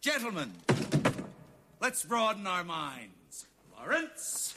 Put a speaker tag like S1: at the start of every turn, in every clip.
S1: Gentlemen, let's broaden our minds. Lawrence.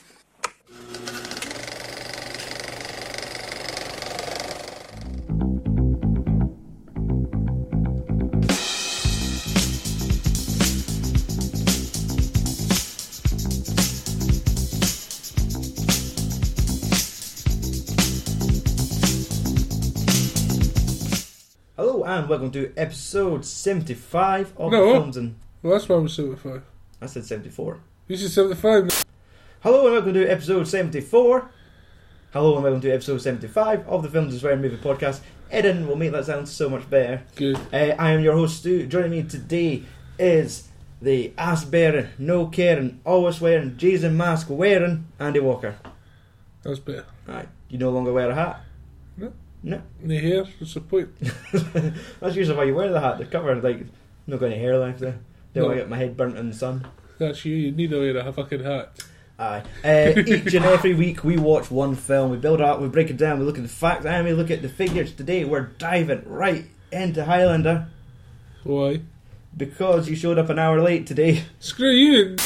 S2: Hello and welcome to episode 75 of
S3: No.
S2: the Films and...
S3: Well, that's why we're 75.
S2: I said 74.
S3: You said 75.
S2: Hello and welcome to episode 74. Hello and welcome to episode 75 of the Films and Swearing Movie Podcast. Eden will make that sound so much better.
S3: Good.
S2: Uh, I am your host Stu. Joining me today is the ass bearing, no caring, always wearing, Jason mask wearing Andy Walker.
S3: That was better.
S2: Right, you no longer wear a hat.
S3: No.
S2: No.
S3: The hair, what's the point?
S2: That's usually why you wear the hat. The cover, like, not got any hair left there. Don't
S3: No.
S2: want to get my head burnt in the sun.
S3: That's you, you need to wear a fucking hat.
S2: Aye. Uh, each and every week we watch one film, we build it up, we break it down, we look at the facts, and we look at the figures. Today we're diving right into Highlander
S3: Why?
S2: because you showed up an hour late today.
S3: Screw you!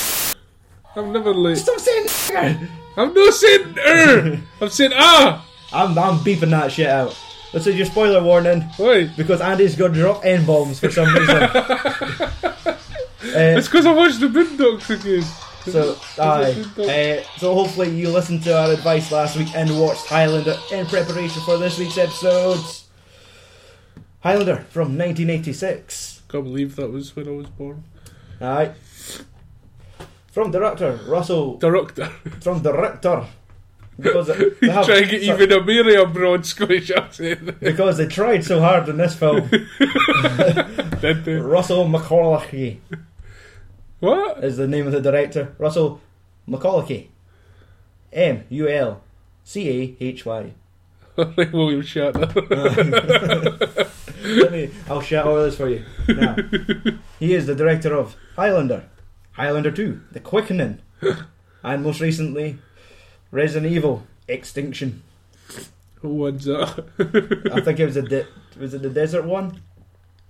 S3: I'm never late.
S2: Stop saying
S3: I'm not saying er! I'm saying ah!
S2: I'm, I'm beeping that shit out. This is your spoiler warning
S3: Why?
S2: because Andy's going to drop N bombs for some reason. Uh,
S3: It's because I watched the Boondocks again.
S2: So, aye. Uh, so hopefully you listened to our advice last week and watched Highlander in preparation for this week's episodes. Highlander from 1986.
S3: Can't believe that was when I was born.
S2: Aye. From director Russell.
S3: Director.
S2: From director. Because they, they have-
S3: Trying to get
S2: so-
S3: even a merry a broad Scottish accent.
S2: because they tried so hard in this film.
S3: Did they?
S2: Russell McCullough
S3: What?
S2: is the name of the director. Russell McCullough. M U L C A H Y. Uh,
S3: Like William Shatner.
S2: Let me, I'll shout all this for you. Now, he is the director of Highlander, Highlander 2, The Quickening, and most recently, Resident Evil Extinction.
S3: Who wants that?
S2: I think it was a de- was it the desert one?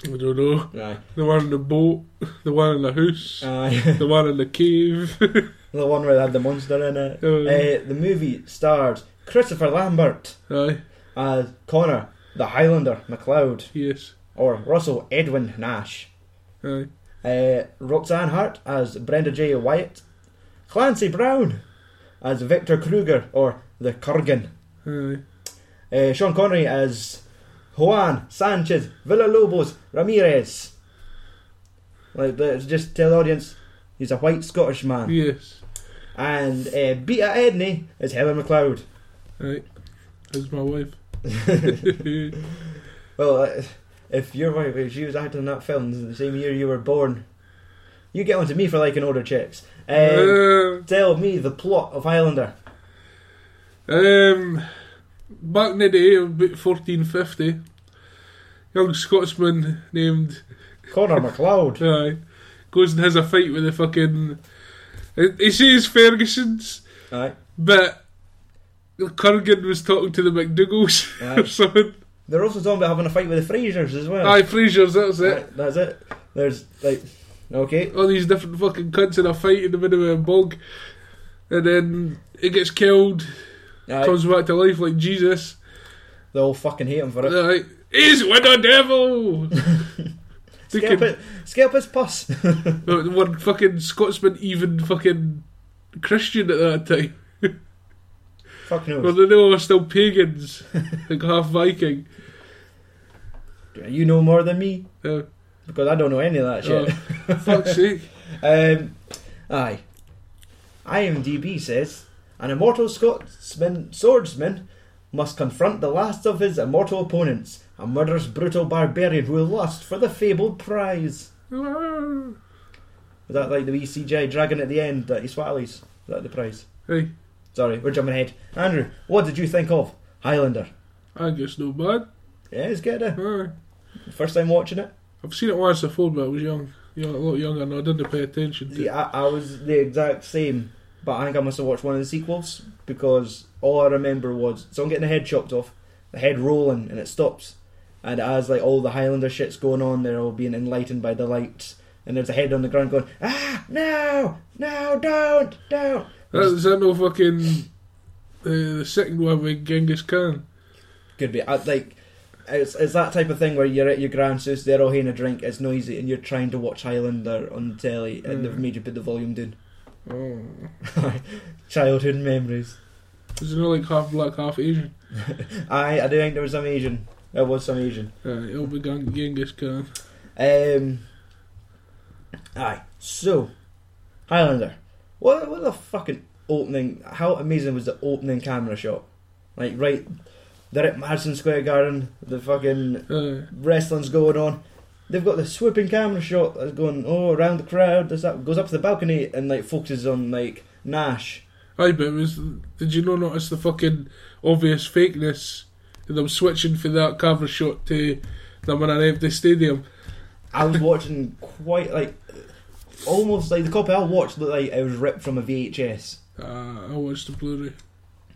S3: I don't know.
S2: Aye.
S3: The one in the boat, the one in the house,
S2: Aye.
S3: the one in the cave.
S2: the one where they had the monster in it.
S3: Oh.
S2: Uh, the movie stars Christopher Lambert
S3: Aye,
S2: as Connor, the Highlander MacLeod,
S3: yes.
S2: or Russell Edwin Nash.
S3: Aye.
S2: Uh, Roxanne Hart as Brenda J. Wyatt. Clancy Brown as Victor Kruger or the Kurgan.
S3: Aye.
S2: Uh, Sean Connery as Juan Sanchez Villalobos Ramirez. Like, let's just tell the audience he's a white Scottish man.
S3: Yes.
S2: And uh, Beta Edney is Helen McLeod.
S3: Aye. That's my wife.
S2: Well, uh, if your wife, if she was acting in that film the same year you were born, you get onto me for liking older chicks. Um,
S3: um,
S2: tell me the plot of Highlander.
S3: um, back in the day, about 1450, young Scotsman named
S2: Connor McLeod.
S3: Aye goes and has a fight with the fucking. he- He says Ferguson's,
S2: Aye.
S3: but Kurgan was talking to the McDougalls
S2: Aye.
S3: or something.
S2: They're also talking about having a fight with the Frasers as well.
S3: Aye, Fraser's, that's it.
S2: Aye, That's it. There's like, okay,
S3: all these different fucking cunts in a fight in the middle of a bog, and then it gets killed,
S2: Aye,
S3: comes back to life like Jesus.
S2: they all fucking hate him for it.
S3: Like, He's with the devil. They
S2: Scalp,
S3: can-
S2: it, scalp his pus.
S3: Uh, Were fucking Scotsman even fucking Christian at that time?
S2: Fuck
S3: Well,
S2: no.
S3: they know were still pagans, like half Viking.
S2: You know more than me
S3: Uh,
S2: because I don't know any of that shit.
S3: uh, fuck's sake.
S2: Um, aye. IMDb says an immortal Scotsman swordsman must confront the last of his immortal opponents, a murderous, brutal barbarian who will lust for the fabled prize.
S3: Aye.
S2: Is that like the wee CGI dragon at the end that he swallows? Is that the prize? Sorry, we're jumping ahead. Andrew, what did you think of Highlander?
S3: I guess no bad.
S2: Yeah, it's good. eh?
S3: Aye.
S2: First time watching it.
S3: I've seen it once before, but I was young, young a lot younger, and I didn't pay attention to it.
S2: Yeah, I, I was the exact same, but I think I must have watched one of the sequels because all I remember was someone getting the head chopped off, the head rolling, and it stops. And as like all the Highlander shit's going on, they're all being enlightened by the light, and there's a head on the ground going, ah, no, no, don't, don't.
S3: That was in no fucking uh, the second one with Genghis Khan.
S2: Could be uh, like, it's, it's that type of thing where you're at your grand's house, they're all having a drink, it's noisy, and you're trying to watch Highlander on the telly, and they've made you put the volume down.
S3: Oh,
S2: Childhood memories.
S3: is it not like half black, half Asian?
S2: I I do think there was some Asian. There was some Asian.
S3: Uh, it'll be Gen- Genghis Khan.
S2: Um. Aye. So, Highlander. What what the fucking opening? How amazing was the opening camera shot? Like right, they're at Madison Square Garden. The fucking
S3: Uh,
S2: wrestling's going on. They've got the swooping camera shot that's going oh around the crowd. Does that goes up to the balcony and like focuses on like Nash.
S3: aye, but it was, did you not notice the fucking obvious fakeness? And them switching from that cover shot to them in an empty stadium.
S2: I was watching quite like almost like the copy I watched looked like it was ripped from a VHS.
S3: Uh, I watched the Blu-ray.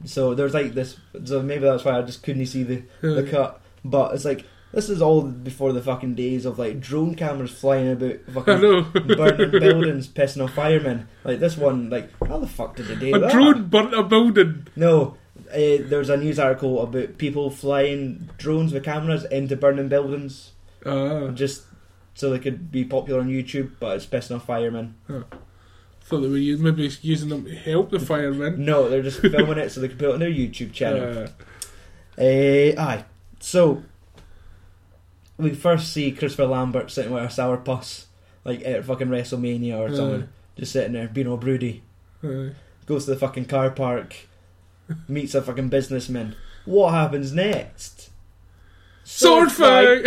S2: So there's like this. So maybe that's why I just couldn't see the, the
S3: Yeah.
S2: cut. But it's like this is all before the fucking days of like drone cameras flying about,
S3: I
S2: fucking
S3: know.
S2: burning buildings, pissing off firemen. Like this one, like how the fuck did they do
S3: A
S2: that?
S3: drone burnt a building.
S2: No, uh, there's a news article about people flying drones with cameras into burning buildings
S3: Ah,
S2: just so they could be popular on YouTube, but it's pissing off firemen.
S3: thought they were u- maybe using them to help the firemen.
S2: No, they're just filming it so they can put it on their YouTube channel.
S3: Uh,
S2: Uh, aye. So we first see Christopher Lambert sitting with a sour puss, like at fucking WrestleMania or
S3: Aye.
S2: something, just sitting there being all broody.
S3: aye.
S2: Goes to the fucking car park, meets a fucking businessman. What happens next?
S3: Sword fight!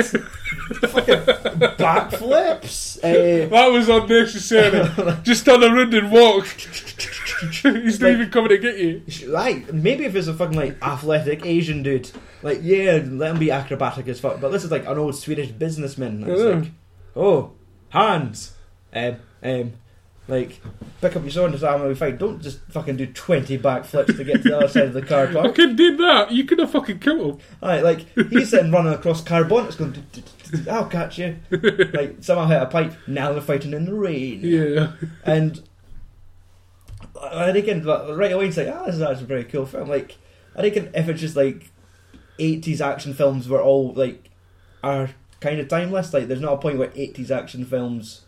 S2: backflips. Uh,
S3: That was unnecessary. Just turn around and walk. He's not
S2: Like-
S3: even coming to get you.
S2: Like maybe if it's a fucking like athletic Asian dude, like yeah, let him be acrobatic as fuck. But this is like an old Swedish businessman. It's
S3: Yeah.
S2: like, oh, hands, um, um, like pick up your sword and arm and we fight. Don't just fucking do twenty backflips to get to the other side of the car
S3: I
S2: park.
S3: could do that. You could have fucking killed him.
S2: Alright, like he's sitting running across carbon. It's going, "Tut, tut, tut, tut, I'll catch you. Like somehow hit a pipe. Now they're fighting in the rain.
S3: Yeah.
S2: And I reckon like, right away it's like, ah, this is actually a pretty cool film. Like, I reckon if it's just like eighties action films were all like are kind of timeless. Like, there's not a point where eighties action films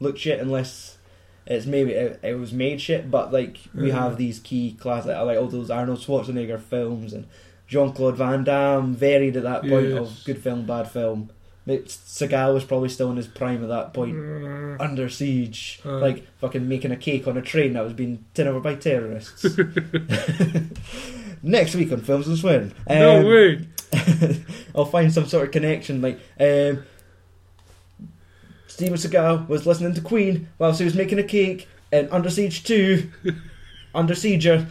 S2: look shit unless it's maybe it, it was made shit. But like, we
S3: Mhm.
S2: have these key classic, like all those Arnold Schwarzenegger films and Jean Claude Van Damme varied at that point
S3: Yes.
S2: of good film, bad film. It's, Seagal was probably still in his prime at that point under siege,
S3: Uh.
S2: like fucking making a cake on a train that was being taken over by terrorists. Next week on Films and Swearing.
S3: no way.
S2: way. I'll find some sort of connection. Like, um, Steven Seagal was listening to Queen whilst he was making a cake in Under Siege 2, Under Sieger.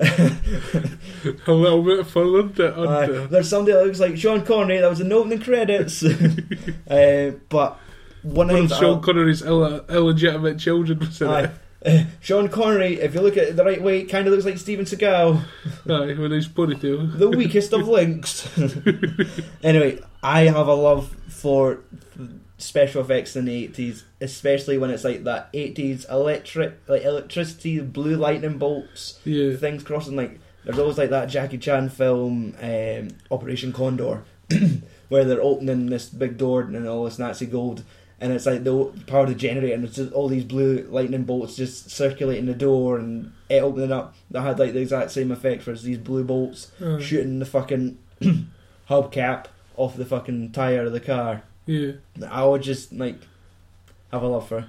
S3: A little bit further into
S2: Uh,
S3: under.
S2: there's somebody that looks like Sean Connery that was in the opening credits. uh, but one of
S3: One of
S2: them's
S3: Sean Connery's Ill- illegitimate children was in
S2: Aye.
S3: it.
S2: Uh, Sean Connery, if you look at it the right way, kind of looks like Steven Seagal,
S3: Aye, with his ponytail.
S2: the weakest of links. anyway, I have a love for special effects in the eighties, especially when it's like that eighties electric, like electricity, blue lightning bolts,
S3: Yeah.
S2: things crossing. Like there's always like that Jackie Chan film, um, Operation Condor, where they're opening this big door and all this Nazi gold. And it's like the power of the generator, and it's just all these blue lightning bolts just circulating the door and it opening up. That had like the exact same effect for these blue bolts
S3: Aye.
S2: shooting the fucking hubcap off the fucking tire of the car.
S3: Yeah.
S2: I would just like have a love for.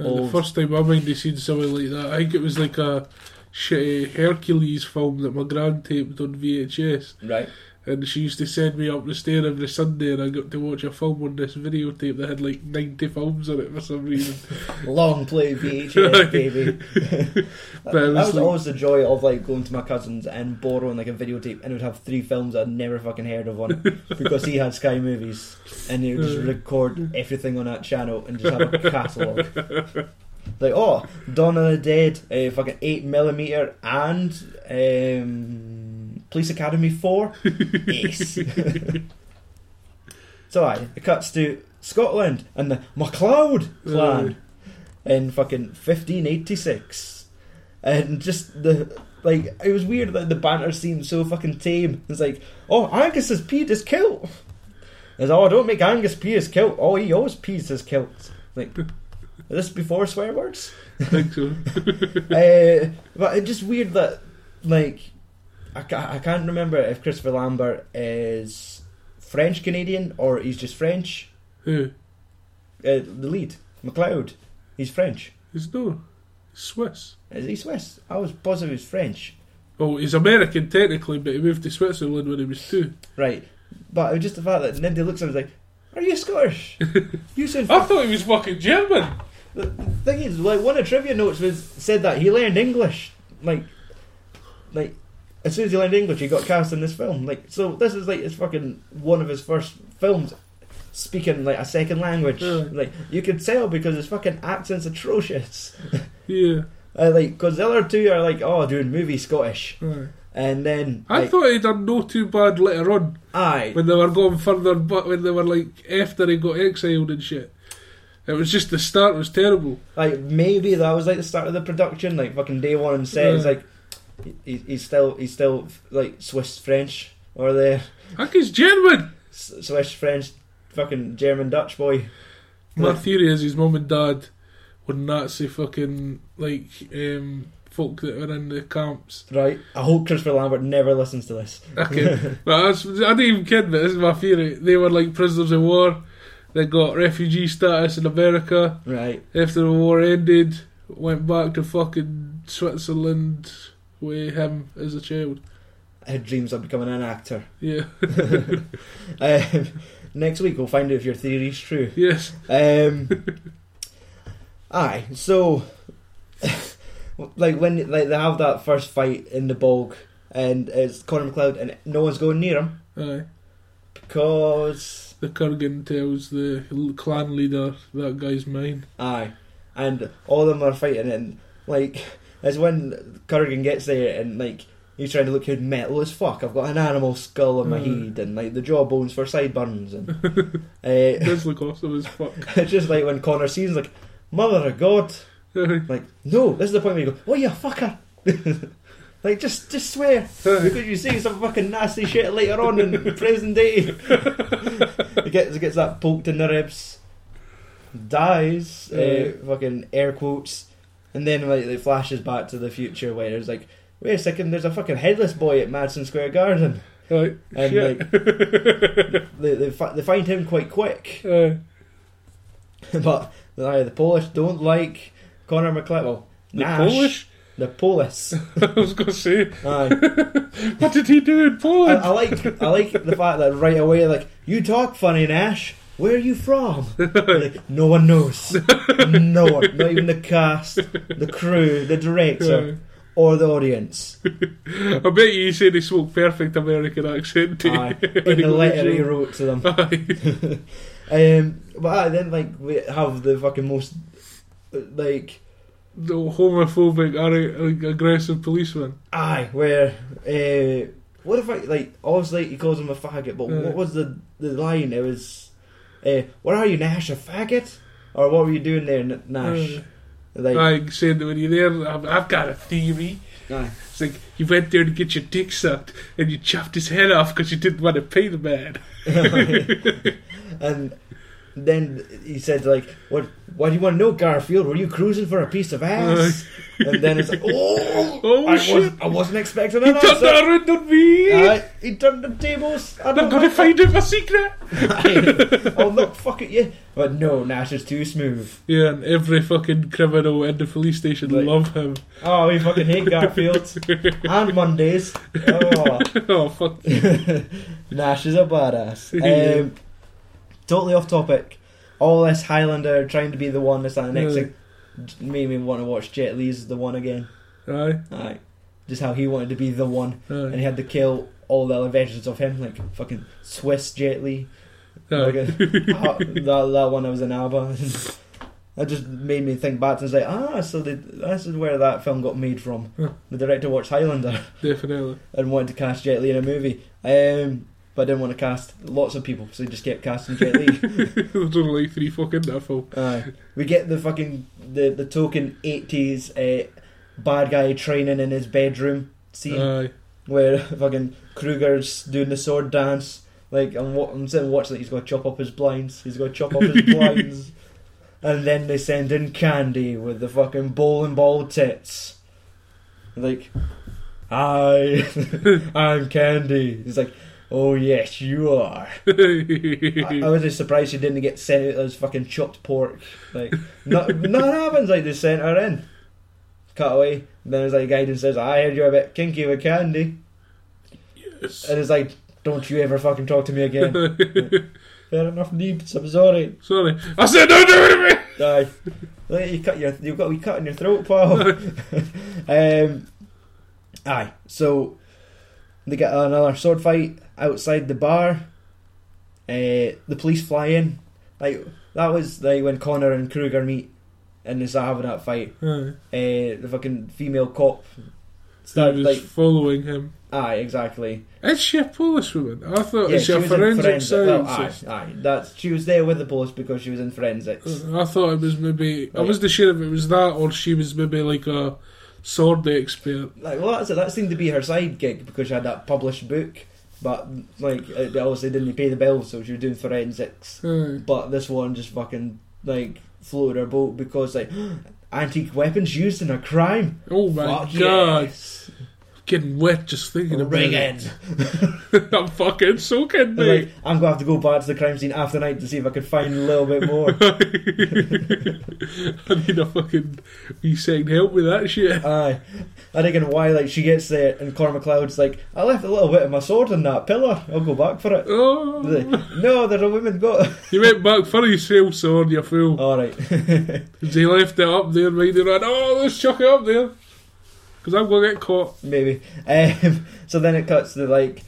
S3: Uh,
S2: Old.
S3: The first time I mind they seen something like that, I think it was like a shitty Hercules film that my gran taped on VHS,
S2: Right.
S3: and she used to send me up the stair every Sunday, and I got to watch a film on this videotape that had like ninety films on it for some reason.
S2: Long play VHS, baby.
S3: But
S2: that
S3: it was
S2: was
S3: like-
S2: always the joy of like going to my cousin's and borrowing like a videotape, and it would have three films I'd never fucking heard of on it because he had Sky Movies, and he would just record everything on that channel and just have a catalogue. Like oh, Dawn of the Dead, uh, fucking eight millimeter, and um, Police Academy four. Yes. so aye, it cuts to Scotland and the MacLeod clan in fucking 1586. And just the. Like, it was weird that the banter seemed so fucking tame. It's like, oh, Angus's peed his kilt. It's, oh, don't make Angus pee his kilt. Oh, he always pees his kilt. Like, is this before swear words?
S3: I think so.
S2: uh, but it's just weird that like I, ca- I can't remember if Christopher Lambert is French Canadian or he's just French.
S3: Who?
S2: Uh, the lead McLeod, he's French.
S3: He's no. He's Swiss.
S2: Is he Swiss? I was positive he's French.
S3: Well, he's American technically, but he moved to Switzerland when he was two.
S2: Right, but it was just the fact that Nindy looks at him and is like, "Are you Scottish? you sound."
S3: I thought he was fucking German.
S2: The the thing is, like one of the trivia notes was said that he learned English, like, like as soon as he learned English, he got cast in this film. Like, so this is like his fucking one of his first films speaking like a second language.
S3: Really?
S2: Like you could tell because his fucking accent's atrocious.
S3: Yeah.
S2: Uh, like, because the other two are like, oh, doing movie Scottish,
S3: Aye.
S2: and then
S3: I
S2: like,
S3: thought he done no too bad later on
S2: aye,
S3: when they were going further, but when they were like after he got exiled and shit. It was just the start was terrible.
S2: like maybe that was like the start of the production, like fucking day one and set. It's
S3: Yeah.
S2: like he, he's still he's still like Swiss French or there.
S3: I think he's German.
S2: S- Swiss, French, fucking German, Dutch boy.
S3: My
S2: Yeah.
S3: theory is his mum and dad were Nazi fucking like um, folk that were in the camps.
S2: Right. I hope Christopher Lambert never listens to this.
S3: Okay, but that's, I didn't even kid, but this is my theory. They were like prisoners of war. They got refugee status in America.
S2: Right.
S3: After the war ended, went back to fucking Switzerland with him as a child.
S2: I had dreams of becoming an actor.
S3: Yeah.
S2: Um, next week we'll find out if your theory's true.
S3: yes.
S2: Um, aye. So, like when like they have that first fight in the bog, and it's Conor McLeod, and no one's going near him
S3: Aye.
S2: because
S3: The Kurgan tells the l- clan leader that guy's mine.
S2: Aye, and all of them are fighting, and like it's when Kurgan gets there, and like he's trying to look good metal as fuck. I've got an animal skull on my
S3: Mm.
S2: head, and like the jawbones for sideburns, and uh,
S3: Does look awesome as fuck.
S2: it's just like when Connor sees like, mother of God,
S3: Aye.
S2: like no, this is the point where you go, oh yeah, fucker. Like just, just swear because you see some fucking nasty shit later on in present day. he gets, he gets that poked in the ribs, dies, uh, fucking air quotes, and then like it flashes back to the future where it's like, wait a second, there's a fucking headless boy at Madison Square Garden,
S3: Aye.
S2: and
S3: Shit.
S2: like they they, fi- they find him quite quick,
S3: Aye.
S2: but aye, the Polish don't like Connor McLeod. Well,
S3: The
S2: Nash,
S3: Polish?
S2: the Polis.
S3: I was going to say,
S2: Aye.
S3: what did he do in
S2: I,
S3: Poland?
S2: I like I like the fact that right away, like you talk funny, Nash. Where are you from? Like, no one knows. No one, not even the cast, the crew, the
S3: Yeah.
S2: director, or the audience.
S3: Uh, I bet you he said he spoke perfect American accent. eh?
S2: Aye, in the letter he wrote to them.
S3: Aye.
S2: Um, but aye, then like we have the fucking most uh, like
S3: the homophobic, arrogant, aggressive policeman.
S2: aye where uh, what if I like obviously he calls him a faggot, but
S3: Yeah.
S2: what was the the line? It was, uh, "What are you, Nash, a faggot?" Or what were you doing there, N- Nash?
S3: Uh,
S2: Like,
S3: I said that when you're there, I've, I've got a theory.
S2: aye.
S3: It's like you went there to get your dick sucked and you chopped his head off because you didn't want to pay the man.
S2: and then he said, like, what, what do you want to know, Garfield? Were you cruising for a piece of ass? and then it's like, oh,
S3: Oh,
S2: I,
S3: shit.
S2: Was, I wasn't expecting
S3: He
S2: an
S3: turned
S2: answer.
S3: around on me.
S2: Aye, he turned the tables. I
S3: I'm
S2: don't
S3: going to find out my secret.
S2: Aye. I'll not fuck at you. But no, Nash is too smooth.
S3: Yeah, and every fucking criminal in the police station
S2: Like-
S3: love him.
S2: Oh, we fucking hate Garfield. and Mondays. Oh.
S3: oh, fuck.
S2: Nash is a badass. Um, totally off topic. All this Highlander trying to be the one, this that, and the next
S3: Yeah.
S2: thing made me want to watch Jet Li's The One again.
S3: Aye,
S2: Aye. Just how he wanted to be the one, and
S3: aye.
S2: he had to kill all the other versions of him, like fucking Swiss Jet Li. Like
S3: aye.
S2: a- Ah, that, that one I was in ABBA. that just made me think back and it's like, ah, so they, this is where that film got made from.
S3: Huh.
S2: The director watched Highlander
S3: Definitely.
S2: and wanted to cast Jet Li in a movie. Um, but I didn't want to cast lots of people, so I just kept casting Jet Li.
S3: There's only like three fucking Niffle.
S2: Aye. we get the fucking the, the token 80s uh, bad guy training in his bedroom scene
S3: Aye.
S2: where fucking Kruger's doing the sword dance. Like I'm, wa- I'm sitting watching, like he's going to chop up his blinds. He's going to chop up his blinds, and then they send in Candy with the fucking bowling ball tits. Like, hi, I'm Candy. He's like, oh yes, you are. I, I was just surprised she didn't get sent out as fucking chopped pork. Like, not, nothing happens. Like they sent her in, cut away. Then there's like a guy who says, "I heard you're a bit kinky with Candy."
S3: yes.
S2: And it's like, don't you ever fucking talk to me again. Fair enough, Neebs, I'm sorry.
S3: Sorry. I said don't do it to me!
S2: Aye. Like, you cut your, you've got a wee cut in your throat, pal. um, aye, so they get another sword fight outside the bar. Uh, the police fly in. Like, that was like when Connor and Kruger meet and they start having that fight.
S3: Aye.
S2: Uh, the fucking female cop
S3: So
S2: started
S3: he was
S2: like,
S3: following him.
S2: aye, exactly.
S3: Is she a policewoman? I thought
S2: Yeah,
S3: it's a
S2: was in
S3: forensic
S2: forensic- well, aye,
S3: scientist.
S2: aye, that's she was there with the police because she was in forensics.
S3: Uh, I thought it was maybe. I
S2: Right.
S3: wasn't sure if it was that or she was maybe like a sword expert.
S2: Like, well, that's it. That seemed to be her side gig because she had that published book, but like, it- they obviously didn't pay the bills, so she was doing forensics.
S3: Aye.
S2: But this one just fucking like floated her boat because like antique weapons used in a crime.
S3: Oh my
S2: Fuck
S3: god.
S2: yes,
S3: Getting wet just thinking about
S2: ring
S3: it.
S2: it.
S3: I'm fucking soaking,
S2: And, Like,
S3: mate.
S2: I'm gonna have to go back to the crime scene after night to see if I can find a little bit more.
S3: I need a fucking wee second help with that shit.
S2: Aye. I reckon why like she gets there and Connor McLeod's like, I left a little bit of my sword in that pillar, I'll go back for it. They're
S3: Oh,
S2: like, no, there's a woman got
S3: you went back for yourself, sword, you fool.
S2: Alright.
S3: They left it up there, right? They went, oh, let's chuck it up there. Because I'm going to get caught.
S2: Maybe. Um, so then it cuts to like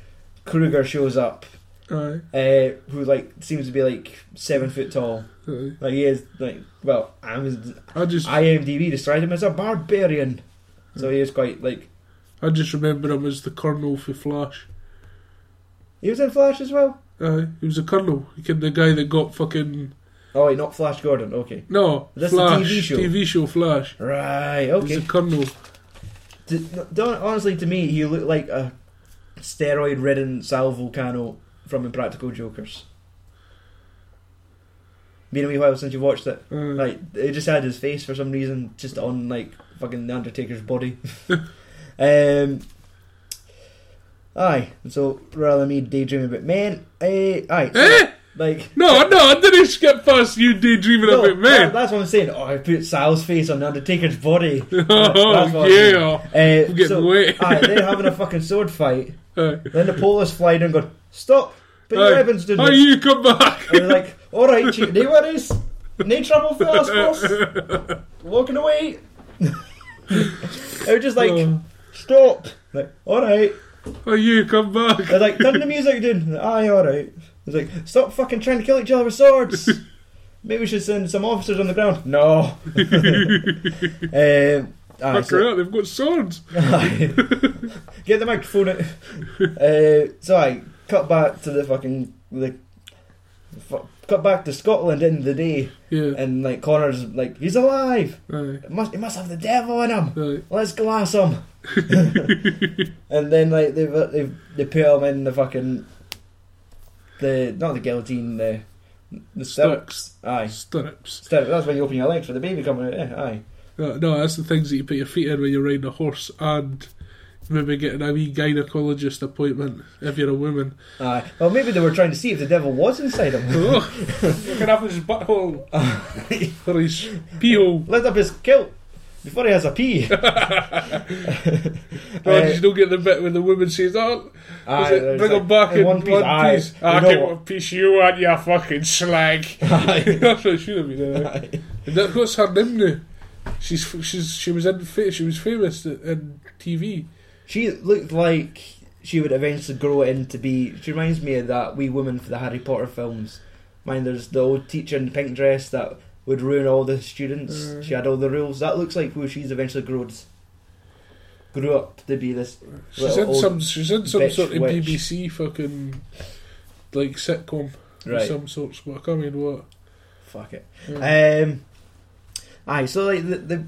S2: Kruger shows up,
S3: Aye.
S2: uh, who like seems to be like seven foot tall.
S3: aye.
S2: Like he is like well, I'm
S3: I just
S2: IMDB described him as a barbarian. So he is quite like
S3: I just remember him as the Colonel for Flash.
S2: he was in Flash as well?
S3: Aye, he was a Colonel. He came the guy that got fucking.
S2: Oh wait, not Flash Gordon, okay.
S3: No,
S2: That's the
S3: Flash.
S2: TV show.
S3: Flash.
S2: Right,
S3: He
S2: okay.
S3: was a Colonel.
S2: To, don't, honestly, to me, he looked like a steroid-ridden Sal Volcano from Impractical Jokers. Been a wee while since you watched it.
S3: Aye.
S2: Like, it just had his face for some reason, just on like fucking the Undertaker's body. um, aye. So rather than me daydreaming about men, eh, aye. so,
S3: Eh?
S2: Like.
S3: No, no, I didn't skip past you daydreaming
S2: no, that-
S3: about men.
S2: that's what I'm saying. Oh, I put Sal's face on the Undertaker's body. That's
S3: oh,
S2: what I'm saying.
S3: yeah.
S2: Uh,
S3: I'm getting
S2: so,
S3: wet.
S2: aye, they're having a fucking sword fight.
S3: Aye.
S2: Then the police fly down and go, Stop! But
S3: Aye.
S2: your weapons didn't.
S3: Oh, you come back.
S2: And they're like, Alright, chief, no worries. No trouble for us, boss. Walking away. they were just like,
S3: Oh.
S2: Stop! Like, Alright.
S3: Oh, you come back.
S2: They're like, Turn the music down. Like, Aye, alright. It's like, Stop fucking trying to kill each other with swords. Maybe we should send some officers on the ground. No. um, aye,
S3: Fuck
S2: so-
S3: her out, they've got swords.
S2: Aye. Get the microphone out. Uh, so I cut back to the fucking the fu- cut back to Scotland in the day,
S3: Yeah.
S2: and like Connor's like he's alive.
S3: Aye.
S2: It must he must have the devil in him.
S3: Aye.
S2: Let's glass him. and then like they they they put him in the fucking the not the guillotine the the stirrups. Aye,
S3: Stirrups.
S2: stirrups. That's when you open your legs for the baby coming out. eh? Aye.
S3: No, Uh, no, that's the things that you put your feet in when you're riding a horse and maybe getting a wee gynecologist appointment if you're a woman.
S2: Aye. Well, maybe they were trying to see if the devil was inside him.
S3: Oh, looking up his butthole. or his pee hole.
S2: Let up his kilt before he has a pee.
S3: No,
S2: Uh,
S3: did you don't get the bit when the woman says, "Oh,
S2: Aye,
S3: is it-
S2: there's
S3: bring
S2: Ah, like-
S3: him back
S2: in
S3: in
S2: one
S3: one
S2: piece."
S3: piece." Ah,
S2: Aye, you
S3: I
S2: know
S3: get
S2: what- Ah,
S3: what piece you want, you fucking slag." That's what it should have been. eh? And that, what's her name now? She's f- she's she was in fa- she was famous i- in TV.
S2: she looked like she would eventually grow into be. She reminds me of that wee woman for the Harry Potter films. Mind there's the old teacher in the pink dress that would ruin all the students.
S3: Mm.
S2: She had all the rules. That looks like who she's eventually grown. Grew up to be this.
S3: She's
S2: Little
S3: in
S2: old
S3: some she's in some
S2: bitch
S3: sort of
S2: witch.
S3: BBC fucking like sitcom of
S2: Right.
S3: some sorts. But I can't mean what.
S2: Fuck it.
S3: Yeah.
S2: Um, aye, so like the, the,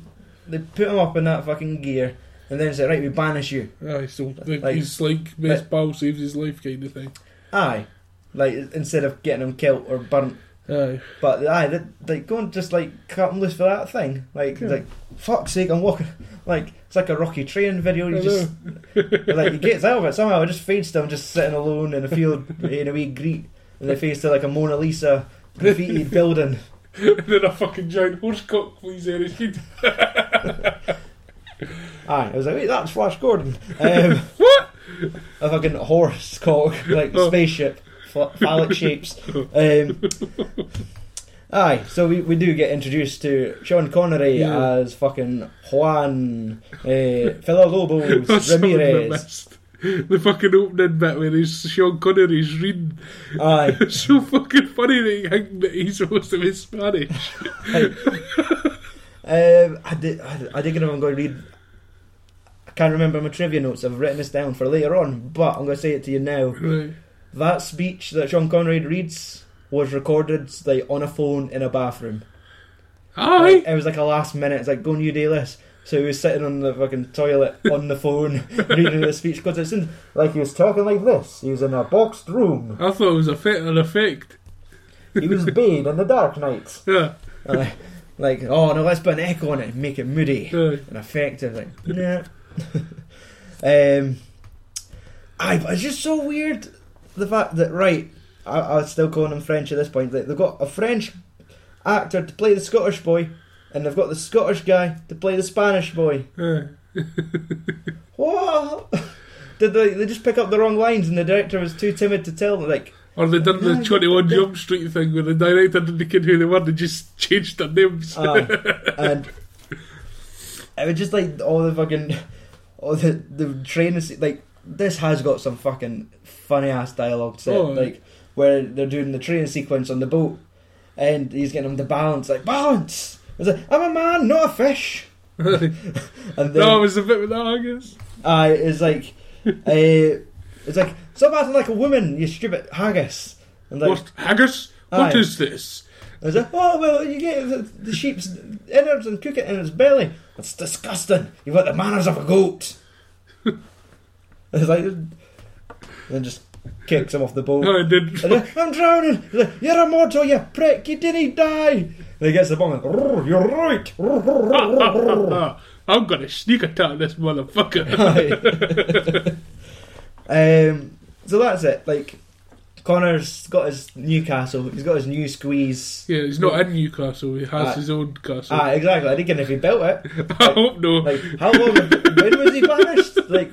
S2: they put him up in that fucking gear, and then say, right, we banish you.
S3: Aye, so like,
S2: like-
S3: he's like best pal saves his life kind of thing.
S2: Aye, like instead of getting him killed or burnt.
S3: Aye,
S2: But aye, they, like go and just like cut him loose for that thing. Like
S3: Yeah.
S2: like fuck's sake, I'm walking. Like it's like a Rocky Train video.
S3: I
S2: You just like he gets out of it somehow. It just fades to him just sitting alone in a field in a wee greet, and they face to like a Mona Lisa graffiti building.
S3: know. then a fucking giant horsecock flees in his head.
S2: Aye, I was like, wait, that's Flash Gordon. Um,
S3: What? Oh.
S2: A fucking horse cock, like spaceship, ph- phallic shapes. Um, aye, so we, we do get introduced to Sean Connery
S3: Yeah.
S2: as fucking Juan, uh, Fela
S3: That's
S2: Lobos,
S3: something I
S2: Ramirez.
S3: missed. The fucking opening bit where he's Sean Connery's reading.
S2: Aye,
S3: It's so fucking funny that you think that he's supposed to be Spanish.
S2: um, I, did, I, did- I did get I'm going to read. I can't remember my trivia notes. I've written this down for later on, but I'm going to say it to you now.
S3: Right.
S2: That speech that Sean Connery reads was recorded like on a phone in a bathroom. Like,
S3: Aye.
S2: it was like a last minute. It's like, go and you do this. So he was sitting on the fucking toilet on the phone reading the speech because it seemed like he was talking like this. He was in a boxed room.
S3: I thought it was a fit an effect.
S2: He was Bane in the Dark Knight.
S3: Yeah.
S2: And I- like, oh no, let's put an echo on it and make it moody
S3: Aye.
S2: and effective. Like, nah. um, I, but it's just so weird the fact that right, I, I was still calling him French at this point. Like, they've got a French actor to play the Scottish boy, and they've got the Scottish guy to play the Spanish boy.
S3: Aye.
S2: What? Did they, they just pick up the wrong lines and the director was too timid to tell them? Like,
S3: Or they done
S2: Yeah,
S3: the
S2: yeah,
S3: 21
S2: yeah.
S3: Jump Street thing where the director didn't care who they were, they just changed their names.
S2: uh, and it was just like all the fucking, all the the train is like this has got some fucking funny ass dialogue set
S3: Oh.
S2: like where they're doing the training sequence on the boat and he's getting him to balance like balance. It's like I'm a man, not a fish. And then
S3: no, it was a bit with that, I guess.
S2: Uh, it's like, uh, it's like stop acting like a woman, you stupid haggis. And like,
S3: what? Haggis? What
S2: Aye.
S3: is this?
S2: it's like, oh well, you get the, the sheep's innards and cook it in its belly. That's disgusting. You've got the manners of a goat. it's like, and then just kicks him off the boat.
S3: No, it didn't.
S2: And then, I'm drowning. He's like, You're immortal, you prick. You didn't die. And he gets the bomb. And, You're right.
S3: Ah, I'm gonna sneak attack this motherfucker.
S2: um, so that's it. Like Connor's got his new castle. He's got his new squeeze.
S3: yeah, he's not in Newcastle, he has
S2: Aye.
S3: his own castle.
S2: Ah, exactly. I reckon if he built it,
S3: I hope no.
S2: like how long? when was he banished? Like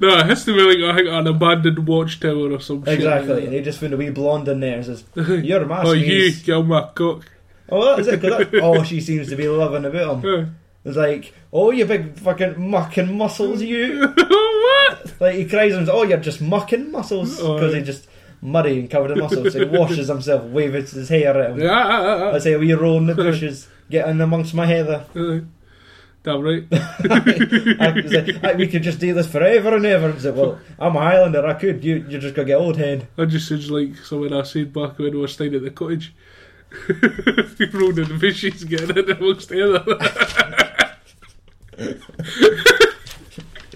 S3: no, it has to be like I think an abandoned watchtower or some
S2: exactly.
S3: shit.
S2: And he just found a wee blonde in there and says, "You're my
S3: Oh, you,
S2: squeeze."
S3: kill my cock.
S2: Oh, that's it. 'cause that, oh, she seems to be loving about him.
S3: Uh,
S2: It's like, oh, you big fucking mucking muscles, you.
S3: what?
S2: Like he cries and says, "Oh, you're just mucking muscles,"
S3: Oh,
S2: because
S3: yeah.
S2: he just muddy and covered in muscles. So he washes himself, waves his hair at him.
S3: Yeah, ah,
S2: I
S3: ah,
S2: say, "Are you rolling the bushes? Get in amongst my heather."
S3: ah. Uh, Damn right.
S2: I was like, "Aye, "We could just do this forever and ever." I said, "Well, I'm a Highlander. I could. You, you're just gonna get old head."
S3: That just sounds like something I said back when I was staying at the cottage. People rolling the fishes getting in amongst the other.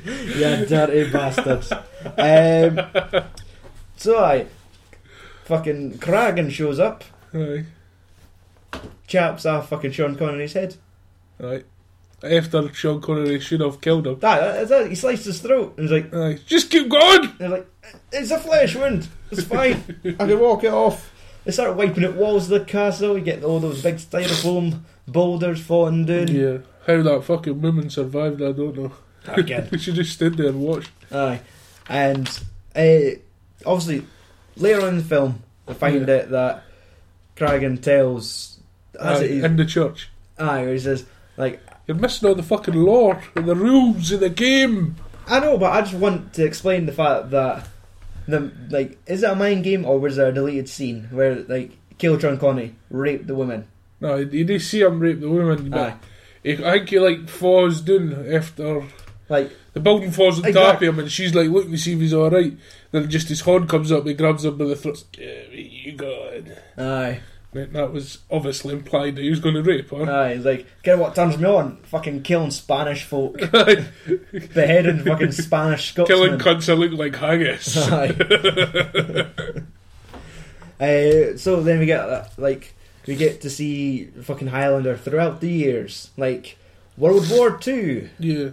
S2: You dirty bastards. Um, so I, fucking Kragan shows up,
S3: Aye.
S2: chaps are fucking Sean Connery's head.
S3: Aye. After Sean Connery should have killed him.
S2: That, that, that he sliced his throat and he's like,
S3: Aye. Just keep going!
S2: They're like, it's a flesh wound. It's fine. I can walk it off. They start wiping at walls of the castle. You get all those big styrofoam boulders falling down.
S3: Yeah. How that fucking woman survived, I don't know.
S2: Again.
S3: she just stood there and watched.
S2: Aye. And uh, obviously, later on in the film, they find
S3: Yeah.
S2: out that Kragan tells. As
S3: Aye,
S2: it is,
S3: in the church.
S2: aye, where he says, like,
S3: You're missing all the fucking lore and the rules of the game.
S2: I know, but I just want to explain the fact that. The, like, is it a mind game or was there a deleted scene where, like, Kiltron Connie raped the woman?
S3: No, you did see him rape the woman, but
S2: Aye.
S3: he, I think he like falls down after
S2: Like,
S3: The building falls on top of
S2: Exactly.
S3: him, and she's like, "Look, we see if he's all right." Then just his horn comes up, and he grabs him by the throat. "Yeah, You good?
S2: aye,
S3: And that was obviously implied that he was going to rape her.
S2: aye. It's like, get what turns me on? Fucking killing Spanish folk, beheading fucking Spanish Scotsmen.
S3: Killing cunts that look like haggis.
S2: Aye. uh, so then we get uh, like we get to see fucking Highlander throughout the years, like World War Two,
S3: yeah.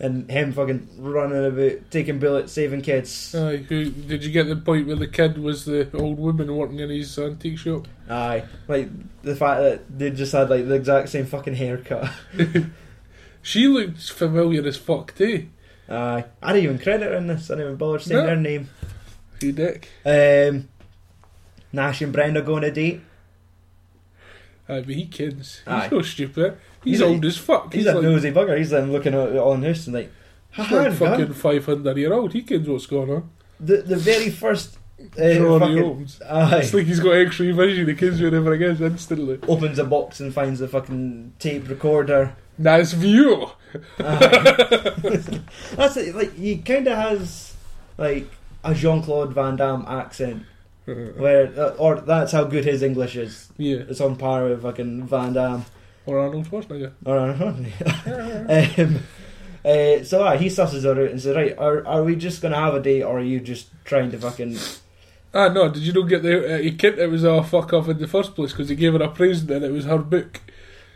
S2: and him fucking running about, taking bullets, saving kids.
S3: Aye. Who did you get the point where the kid was the old woman working in his antique shop?
S2: Aye, like the fact that they just had like the exact same fucking haircut.
S3: She looked familiar as fuck too.
S2: Aye, I didn't even credit her in this. I didn't even bother saying
S3: No.
S2: her name.
S3: You dick.
S2: Um, Nash and Brenda go on a date.
S3: Aye, but he kids. He's
S2: Aye.
S3: no stupid. He's,
S2: He's a-
S3: old as fuck.
S2: He's,
S3: He's,
S2: a
S3: like,
S2: nosy bugger. He's then looking at on house and like,
S3: he's
S2: "Hi,
S3: like
S2: hun."
S3: fucking five hundred year old. He kids what's going on.
S2: the the very first uh,
S3: Sure he
S2: fucking,
S3: owns. It's
S2: aye,
S3: like he's got X-ray vision. He kids whenever I guess instantly.
S2: opens a box and finds the fucking tape recorder.
S3: Nice view.
S2: Aye. Um, That's it. Like he kind of has like a Jean Claude Van Damme accent, where uh, or that's how good his English is.
S3: Uh, yeah.
S2: It's on par with fucking Van Damme.
S3: Or Arnold Schwarzenegger.
S2: Or um, uh, so aye, he susses her out and says, "Right, are are we just gonna have a date, or are you just trying to fucking?"
S3: Ah no, did you not get the uh, he kid that was all fuck off in the first place because he gave her a present and it was her book.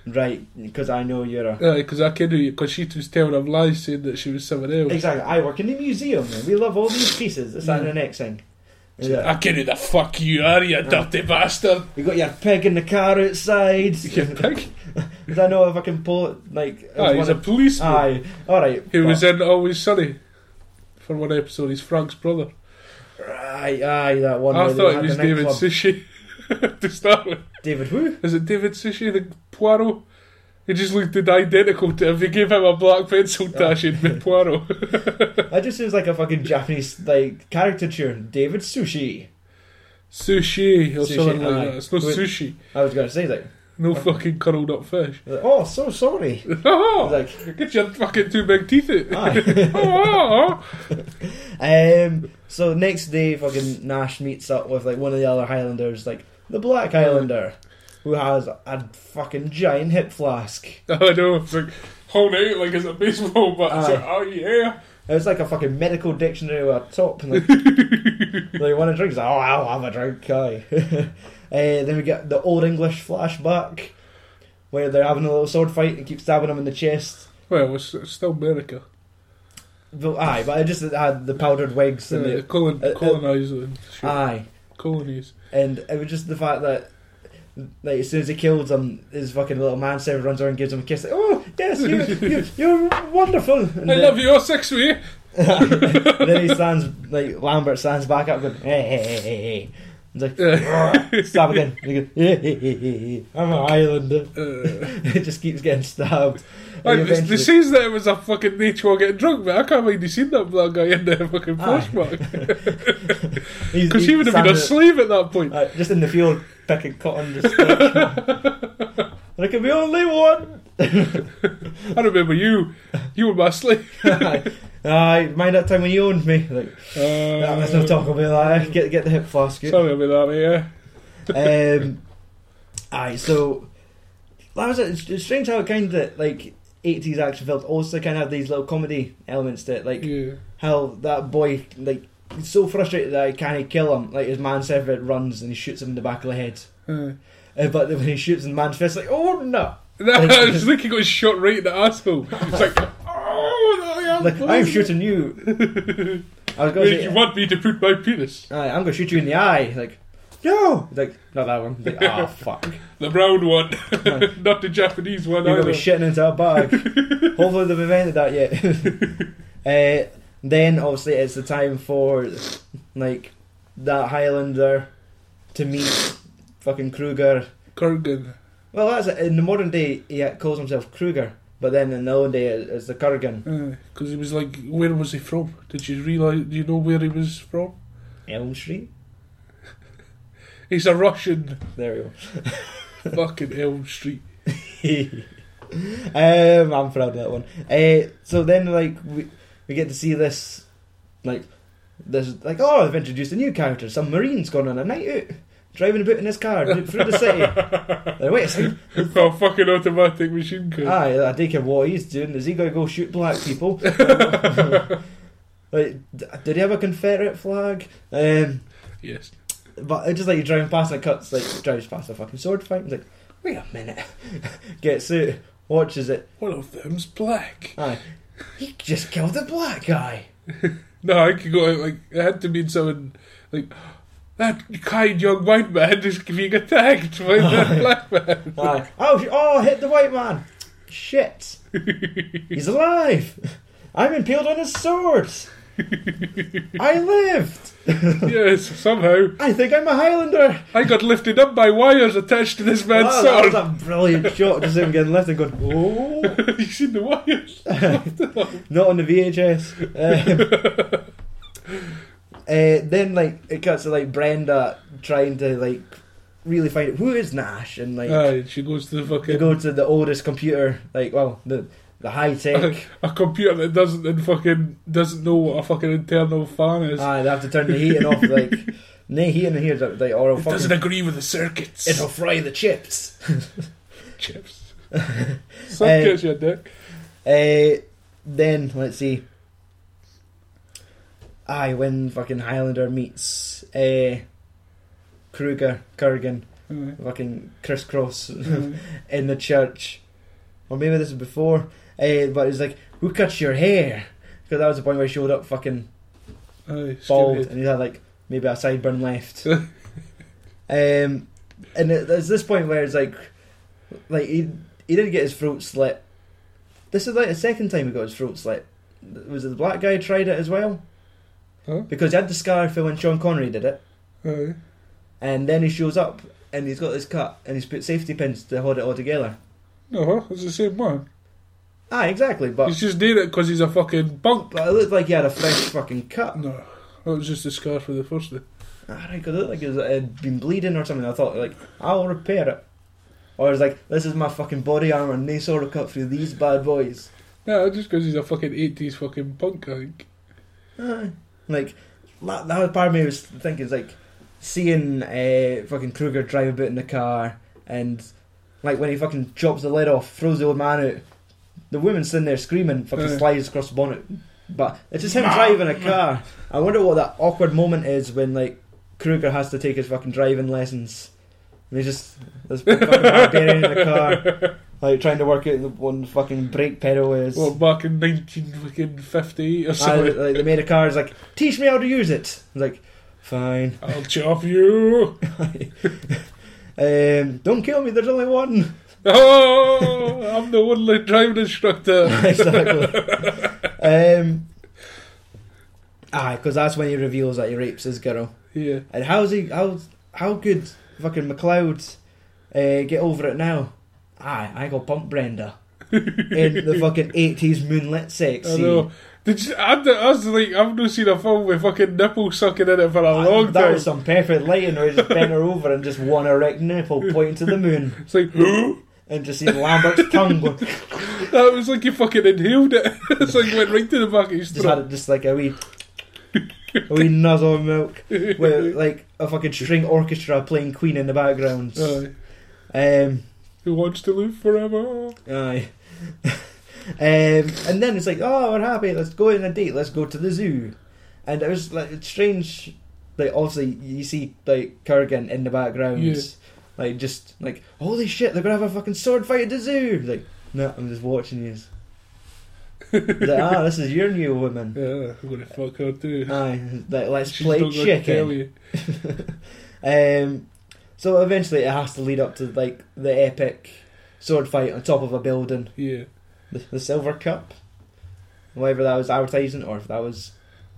S2: Right, because I know you're a
S3: Because I kid you, because she was telling him lies saying that she was someone else.
S2: Exactly. I work in the museum. Man. We love all these pieces. This that, and the next thing. Yeah.
S3: I kid you the fuck you are, you dirty bastard.
S2: We got your peg in the car outside.
S3: You pig.
S2: Did I know if I can pull it? Like, it
S3: Ah,
S2: was
S3: he's
S2: one
S3: a
S2: of-
S3: policeman.
S2: aye. All right.
S3: He was
S2: fuck.
S3: in Always Sunny for one episode. He's Frank's brother.
S2: Aye, aye, that one.
S3: I
S2: where they
S3: thought
S2: had the
S3: he was David
S2: nightclub.
S3: Sushi to start with.
S2: David who?
S3: Is it David Sushi, the Poirot? He just looked identical to him. They gave him a black pencil dash in with Poirot.
S2: That just seems like a fucking Japanese like caricature. David Sushi.
S3: sushi or
S2: Sushi,
S3: something like
S2: aye.
S3: that. It's not
S2: Wait.
S3: sushi.
S2: I was gonna say that.
S3: No fucking curled up fish.
S2: Like, oh, so sorry.
S3: Oh,
S2: Like,
S3: get your fucking two big teeth out.
S2: aye.
S3: Oh,
S2: Um, so next day, fucking Nash meets up with like one of the other Highlanders, like the Black Highlander, who has a fucking giant hip flask.
S3: oh. I know. It's like holding out like it's a baseball bat. It's
S2: Aye.
S3: like, oh yeah.
S2: It's like a fucking medical dictionary with a top. And like, like want a drink? He's like, oh, I'll have a drink. Aye. uh, then we get the old English flashback where they're having a little sword fight and keep stabbing him in the chest.
S3: Well, it's, it's still America.
S2: But, aye, but I just had the powdered wigs and
S3: Uh,
S2: the
S3: colon,
S2: uh, ah. uh,
S3: colonize and shit.
S2: aye.
S3: colonies.
S2: And it was just the fact that, like, as soon as he kills him, his fucking little man servant runs over and gives him a kiss. Like, oh, yes, you, you, you're wonderful. And
S3: I
S2: then,
S3: love your sex way.
S2: and then he stands, like, Lambert stands back up going, hey, hey, hey, hey, hey. He's like, "Grr," stab again. And he goes, "Hey, hey, hey, hey, hey, I'm an islander.
S3: Uh,
S2: it just keeps getting stabbed. And
S3: like, they,
S2: eventually-
S3: they says that it was a fucking nature while getting drunk, but I can't mind you seen that black guy in there fucking
S2: Aye.
S3: flashback.
S2: he's-
S3: Because he
S2: he's
S3: would have been
S2: standing-
S3: a slave at that point.
S2: Uh, just in the field picking cotton. Just like, there can be only one.
S3: I remember you. You were my slave.
S2: Aye, mind that time when you owned me. Like,
S3: Uh,
S2: Nah, let's not talk about that. Get get the hip flask. out.
S3: Sorry about that, yeah.
S2: Um, aye, so that was it. It's, it's strange how it kind of like eighties action films also kind of have these little comedy elements to it. Like
S3: yeah.
S2: how that boy like he's so frustrated that he can't kill him. Like his man servant runs and he shoots him in the back of the head.
S3: Uh,
S2: Uh, but when he shoots in the man's face, like oh no.
S3: I was like he got shot right in the asshole. It's like, oh, no,
S2: Like I'm shooting you. I was going
S3: Did you
S2: to.
S3: want me to put my penis?
S2: Aye, I'm going to shoot you in the eye. Like no. He's Like not that one. He's Like oh fuck.
S3: The brown one, not the Japanese one
S2: You're
S3: either.
S2: gonna be shitting into a bag. Hopefully they've invented that yet. uh, then obviously it's the time for like that Highlander to meet fucking Kruger.
S3: Kurgan.
S2: Well, that's it. in the modern day he calls himself Kruger, but then in the old day it- it's the Kurgan.
S3: Because Uh, he was like, where was he from? Did you realise, do you know where he was from?
S2: Elm Street.
S3: He's a Russian
S2: There
S3: fucking Elm Street.
S2: we go. um, I'm proud of that one. Uh, so then, like, we we get to see this, like, this, like, oh, they've introduced a new character. Some marine's gone on a night out, driving about in his car through the city. Like, wait a second.
S3: well, fucking automatic machine gun.
S2: Aye, I take it what he's doing. Is he going to go shoot black people? like, d- did he have a Confederate flag? Um,
S3: Yes.
S2: but it's just like you driving past and it cuts like drives past a fucking sword fight. He's like, wait a minute. Gets out, watches it.
S3: One of them's black.
S2: Aye, he just killed a black guy.
S3: No, I could go out like it had to mean someone like that kind young white man is being attacked by that black man.
S2: Aye. Oh, sh- oh, hit the white man. Shit. He's alive. I'm impaled on his sword. I lived.
S3: yes, somehow
S2: I think I'm a Highlander.
S3: I got lifted up by wires attached to this man's
S2: Oh, that was a brilliant shot. Just him getting left and going, oh.
S3: sword. you seen the wires?
S2: Not on the VHS. Um, uh, then, like, it cuts to, like, Brenda trying to, like, really find out who is Nash and, like,
S3: Aye, Ah, she goes to the
S2: they
S3: fucking
S2: go to the oldest computer, like, well, the, the high tech.
S3: a computer that doesn't and fucking doesn't know what a fucking internal fan is.
S2: Aye, Ah, they have to turn the heating off. Like, no heating in here, like, or it'll
S3: it doesn't
S2: fucking,
S3: agree with the circuits.
S2: it'll fry the chips.
S3: chips. Circuits, your dick.
S2: Uh, then let's see. Aye, when fucking Highlander meets uh, Kruger, Kurgan,
S3: Aye.
S2: fucking crisscross in the church, or maybe this is before. Uh, but it's like, who cuts your hair? Because that was the point where he showed up fucking
S3: Aye, straight
S2: bald,
S3: ahead.
S2: and he had like maybe a sideburn left. um, and it, there's this point where it's like, like he he didn't get his throat slit. This is like the second time he got his throat slit. Was it the black guy tried it as well?
S3: Huh?
S2: Because he had the scar for when Sean Connery did it,
S3: Aye.
S2: and then he shows up and he's got this cut and he's put safety pins to hold it all together.
S3: No, it's the same one.
S2: Ah, exactly, but
S3: He's just doing it because he's a fucking bunk.
S2: but it looked like he had a fresh fucking cut.
S3: No, that was just a scar for the first thing.
S2: Ah, right, 'cause it looked like it, was, it had been bleeding or something. I thought, like, I'll repair it. Or it's like, this is my fucking body armour, and they sort of cut through these bad boys.
S3: No, just because he's a fucking 80s fucking punk, I think.
S2: Aye. Like, that, that was part of me was thinking, it's like, seeing uh, fucking Kruger drive about in the car, and, like, when he fucking chops the lid off, throws the old man out, the woman's sitting there screaming, fucking
S3: Aye.
S2: slides across the bonnet. But it's just him driving a car. I wonder what that awkward moment is when, like, Kruger has to take his fucking driving lessons. And he's just this big fucking barbarian in the car, like trying to work out the one fucking brake pedal is.
S3: Well, back in 1958 or
S2: I, uh,
S3: something.
S2: like they made a car. He's like, teach me how to use it. I was like, fine.
S3: I'll chop you!
S2: Um, don't kill me. There's only one.
S3: Oh, I'm the only driving instructor.
S2: exactly. um, aye, because that's when he reveals that he rapes his girl.
S3: yeah.
S2: And how's he? How how could fucking McLeod uh, get over it now? Aye, I go pump Brenda in the fucking eighties moonlit sex
S3: I
S2: scene.
S3: know. Did you, I, I was like, I've not seen a film with fucking nipple sucking in it for a
S2: And
S3: long
S2: that
S3: time.
S2: was some perfect lighting where he just bent her over and just one erect nipple pointing to the moon
S3: It's like, who?
S2: and just seen Lambert's tongue go-
S3: That was like you fucking inhaled it. it's like went right to the back of his
S2: just had
S3: throat.
S2: it just like a wee a wee nuzzle of milk with like a fucking string orchestra playing Queen in the background.
S3: Aye.
S2: Um
S3: Who wants to live forever?
S2: Aye. um, and then it's like, oh, we're happy. Let's go on a date. Let's go to the zoo. And it was like it's strange. Like obviously, you see like Kurgan in the background,
S3: Yeah.
S2: like just like holy shit, they're gonna have a fucking sword fight at the zoo. He's like, no, I'm just watching you. like, ah, this is your new woman.
S3: Yeah, I'm gonna fuck her too.
S2: Aye, like, let's
S3: She's
S2: play
S3: not gonna tell
S2: chicken.
S3: you.
S2: um, so eventually, it has to lead up to like the epic sword fight on top of a building.
S3: Yeah.
S2: the, the Silver Cup, whatever that was advertising, or if that was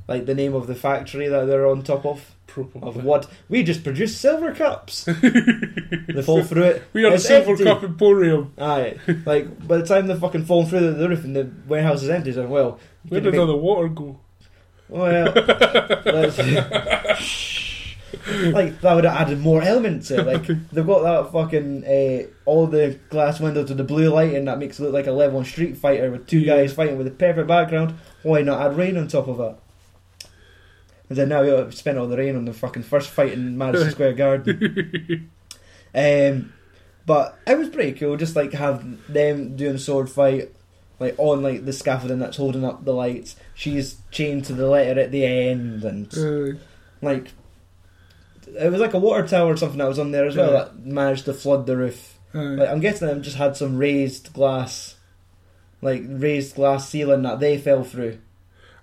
S2: like the name of the factory that they're on top of.
S3: Probably.
S2: Of what we just produce silver cups. they fall through it.
S3: We are the
S2: it's
S3: Silver
S2: empty.
S3: Cup Emporium.
S2: Aye, like by the time they fucking fall through the roof and the warehouse is empty, it's like well,
S3: Where
S2: could
S3: did
S2: have
S3: all the water go?
S2: been- well, let's- like that would have added more elements. to it. Like they've got that fucking uh, all the glass windows with the blue light, and that makes it look like a level on Street Fighter with two
S3: Yeah.
S2: guys fighting with a perfect background. Why not add rain on top of that? And then now we spent all the rain on the fucking first fight in Madison Square Garden. um, but it was pretty cool, just like have them doing a sword fight, like on like the scaffolding that's holding up the lights. She's chained to the letter at the end, and
S3: Uh,
S2: like it was like a water tower or something that was on there as well
S3: Yeah.
S2: that managed to flood the roof. Like
S3: uh,
S2: I'm guessing them just had some raised glass, like raised glass ceiling that they fell through.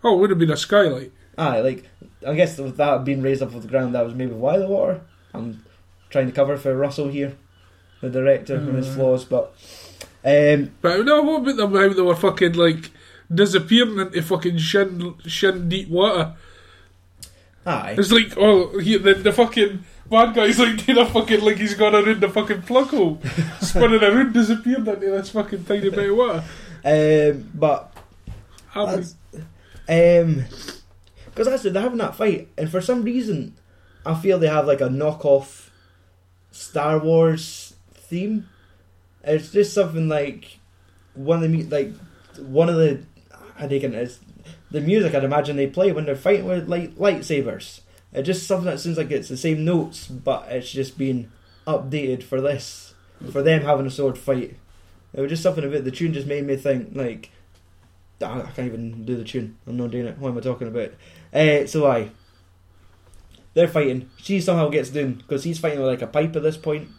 S3: oh, it would have been a skylight.
S2: Aye, Ah, like I guess with that being raised off of the ground, that was maybe why the water. I'm trying to cover for Russell here, the director and his
S3: Mm.
S2: flaws, but um,
S3: But no, what about them? How they were fucking like disappearing into fucking shin shin deep water?
S2: aye,
S3: It's like oh, he, the, the fucking bad guy's like doing a fucking like he's gone around the fucking plug hole, spinning around, disappearing into this fucking tiny bit of water.
S2: um, but
S3: How many-
S2: That's- Um, because actually they're having that fight, and for some reason, I feel they have like a knockoff Star Wars theme. It's just something like one of the mu- like one of the I think it's the music I'd imagine they play when they're fighting with light lightsabers. It's just something that seems like it's the same notes, but it's just been updated for this, for them having a sword fight. It was just something about the tune just made me think like I I can't even do the tune. I'm not doing it. What am I talking about? Uh, so I. They're fighting. She somehow gets down because he's fighting with like a pipe at this point.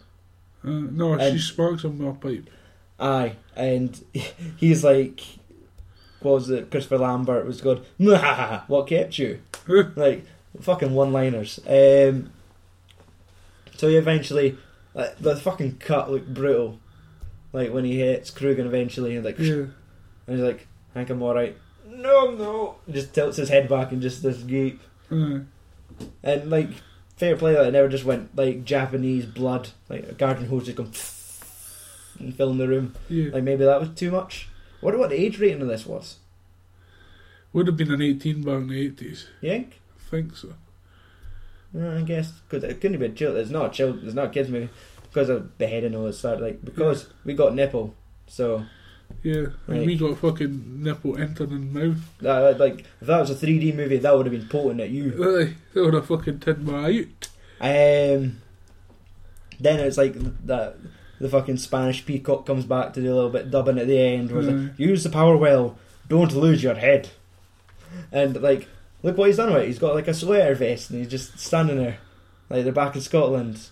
S3: Uh, no, she
S2: and-
S3: smokes on my pipe.
S2: Aye, and he's like, what was it? Christopher Lambert was going, "Mwahaha, what kept you? like fucking one-liners. Um, so he eventually, like, the fucking cut looked brutal. Like when he hits Krugan eventually, and like
S3: Yeah.
S2: And he's like, I think I'm alright. No, I'm not. He Just tilts his head back and just this gape.
S3: Uh,
S2: And like, fair play, like, it never just went like Japanese blood, like a garden hose just going and filling the room.
S3: yeah.
S2: Like maybe that was too much. I wonder what the age rating of this was.
S3: Would have been an 18 bar in the 80s.
S2: You think?
S3: I think so.
S2: Yeah, Uh, I guess because it couldn't be a child. It's not a child. It's not a kids movie because of beheading and all this stuff. Like because we got nipple, so
S3: Yeah.
S2: Right.
S3: And we got fucking nipple entering in mouth.
S2: that like if that was a 3D movie, that would have been potent at you.
S3: Really? They would have fucking tin my out.
S2: Um, then it's like that the fucking Spanish peacock comes back to do a little bit of dubbing at the end. Where it's like,
S3: Mm.
S2: Use the power well, don't lose your head. And like, look what he's done with it. He's got like a sweater vest and he's just standing there, like they're back in Scotland.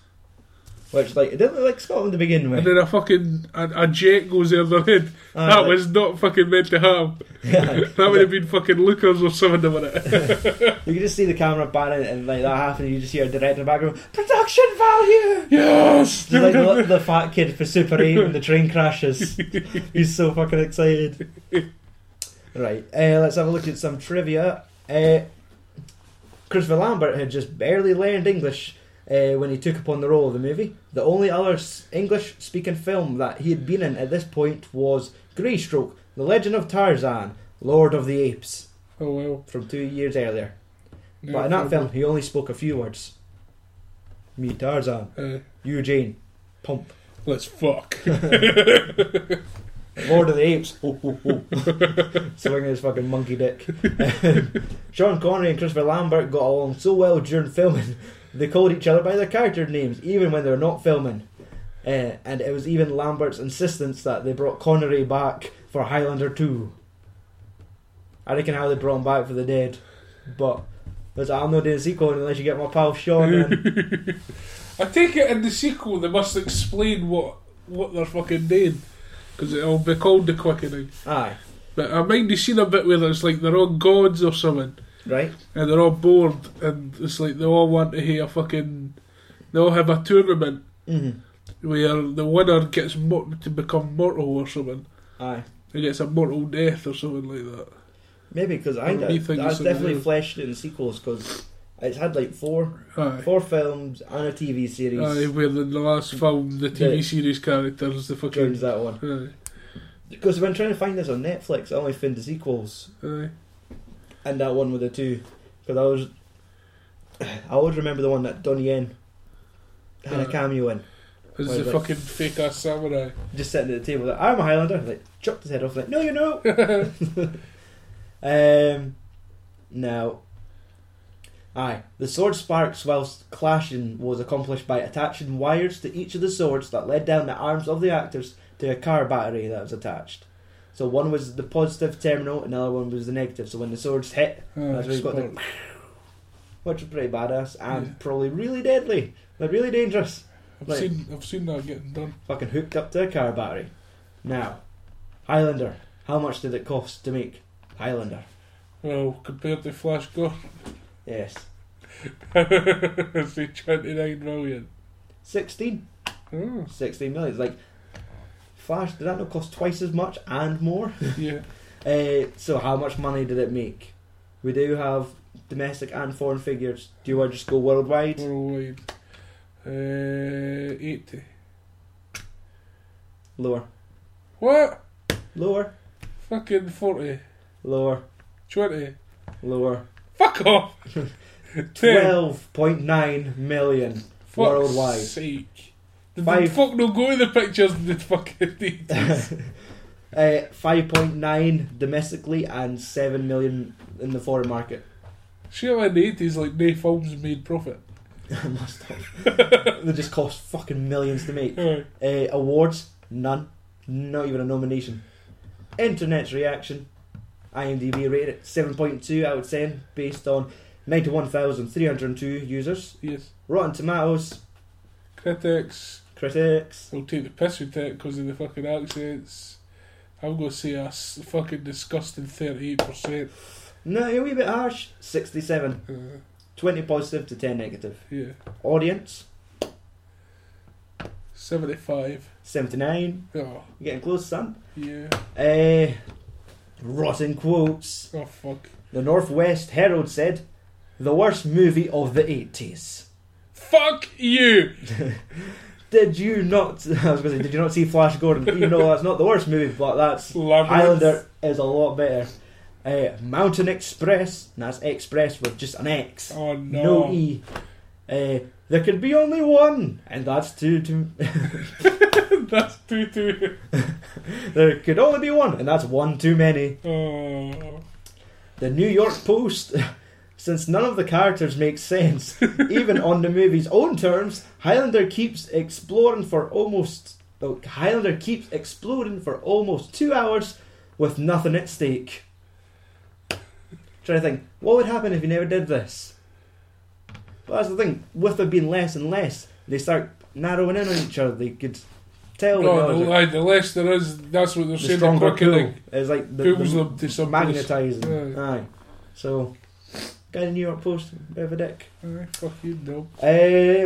S2: Which like it didn't look like Scotland to begin
S3: And
S2: with.
S3: then a fucking a, a jet goes in their head.
S2: Ah,
S3: that
S2: like-
S3: was not fucking meant to harm.
S2: Yeah.
S3: That would have been fucking Lucas or something about it.
S2: you can just see the camera panning and like that happens. You just hear a director in the background production value.
S3: yes!
S2: Just like the, the fat kid for Super 8 when the train crashes. He's so fucking excited. Right, uh, let's have a look at some trivia. Uh, Christopher Lambert had just barely learned English uh, when he took upon the role of the movie. The only other English speaking film that he had been in at this point was Greystroke, The Legend of Tarzan, Lord of the Apes,
S3: oh well.
S2: from two years earlier.
S3: No,
S2: but in that film, he only spoke a few words Me, Tarzan,
S3: Uh,
S2: you, Jane, Pump.
S3: let's fuck.
S2: Lord of the Apes. Ho, ho, ho. Swinging his fucking monkey dick. Sean Connery and Christopher Lambert got along so well during filming, they called each other by their character names, even when they were not filming. Uh, and it was even Lambert's insistence that they brought Connery back for Highlander 2. I reckon how they brought him back for the dead. But there's I'm not doing a sequel unless you get my pal Sean in.
S3: I take it in the sequel they must explain what what they're fucking doing. Because it'll be called The Quickening.
S2: Aye,
S3: But I mind you seen a bit where it's like they're all gods or something,
S2: right?
S3: and they're all bored, and it's like they all want to hear fucking. They all have a tournament
S2: Mm-hmm.
S3: where the winner gets mor- to become mortal or something,
S2: Aye.
S3: and gets a mortal death or something like that.
S2: Maybe because I
S3: What do you think
S2: that's
S3: it's gonna
S2: definitely
S3: do?
S2: fleshed in sequels because it's had like four
S3: Aye.
S2: four films and a TV series.
S3: Aye, where in the last film, the TV
S2: The-
S3: series characters, the
S2: Joins
S3: fucking.
S2: that one
S3: Aye,
S2: because when trying to find this on Netflix, I only found the sequels
S3: aye.
S2: and that one with the two because I was I always remember the one that Donnie Yen had a
S3: Uh.
S2: cameo in,
S3: This
S2: Wait,
S3: is the
S2: wait.
S3: fucking fake ass samurai.
S2: just sitting at the table. Like, I'm a Highlander. Like, chopped his head off. Like, no, you're not. um, now, aye, the sword sparks whilst clashing was accomplished by attaching wires to each of the swords that led down the arms of the actors to a car battery that was attached. So one was the positive terminal, another one was the negative. So when the swords hit,
S3: Oh,
S2: That's
S3: just
S2: got the-
S3: bollocks.
S2: which is pretty badass and
S3: Yeah.
S2: probably really deadly, but really dangerous.
S3: I've
S2: like-
S3: seen I've seen that getting done.
S2: Fucking hooked up to a car battery. Now, Highlander, how much did it cost to make Highlander?
S3: Well, compared to Flash Gordon,
S2: Yes,
S3: it's the 29 million.
S2: 16,
S3: Oh,
S2: 16 million. It's like Flash. Did that not cost twice as much and more?
S3: yeah.
S2: Uh, so how much money did it make? We do have domestic and foreign figures. Do you want to just go worldwide?
S3: Worldwide. Uh, 80.
S2: Lower,
S3: What?
S2: lower,
S3: Fucking 40.
S2: lower,
S3: 20.
S2: lower.
S3: Fuck off! Ten.
S2: Twelve point nine million.
S3: Fuck's
S2: worldwide.
S3: sake. Did the
S2: Five-
S3: fuck no go in the pictures in the fucking details?
S2: Uh, 5.9 domestically and 7 million in the foreign market.
S3: Surely in the 80s, like, no films made profit.
S2: Must have. they just cost fucking millions to make.
S3: Aye.
S2: Uh, awards, none. Not even a nomination. Internet's reaction. IMDb rated it 7.2 out of 10 based on 91,302 users.
S3: Yes.
S2: Rotten Tomatoes,
S3: Critics.
S2: critics.
S3: I'll take the piss with that because of the fucking accents. I'm going to say a s- fucking disgusting 38%.
S2: No, a wee bit harsh. 67.
S3: Uh,
S2: 20 positive to 10 negative.
S3: yeah.
S2: Audience,
S3: 75.
S2: 79.
S3: Oh,
S2: You're getting close, son.
S3: yeah.
S2: Uh, rotten quotes.
S3: Oh, fuck.
S2: The Northwest Herald said, "The worst movie of the '80s."
S3: Fuck you!
S2: Did you not? I was going to say, did you not see Flash Gordon? Even though that's not the worst movie, but that's
S3: Labyrinth.
S2: Islander is a lot better. Uh, Mountain Express, and that's Express with just an X,
S3: Oh, no.
S2: no, E. Uh, there could be only one, and that's two. two
S3: That's too, too.
S2: there could only be one, and that's one too many.
S3: Oh.
S2: The New York Post. Since none of the characters make sense, even on the movie's own terms, Highlander keeps exploring for almost. oh, Highlander keeps exploding for almost two hours with nothing at stake. Trying to think, what would happen if you never did this? But that's the thing, with there being less and less, they start narrowing in on each other. They could tell. when
S3: No,
S2: others
S3: Oh, the,
S2: are-
S3: aye, the less there is, that's what they're
S2: the
S3: saying.
S2: stronger
S3: fucking,
S2: pull.
S3: like,
S2: It's like the,
S3: pulls
S2: the-
S3: them to some
S2: magnetising.
S3: place. Aye.
S2: Aye. So, guy in the New York Post, bit of a dick.
S3: Aye, fuck you, no.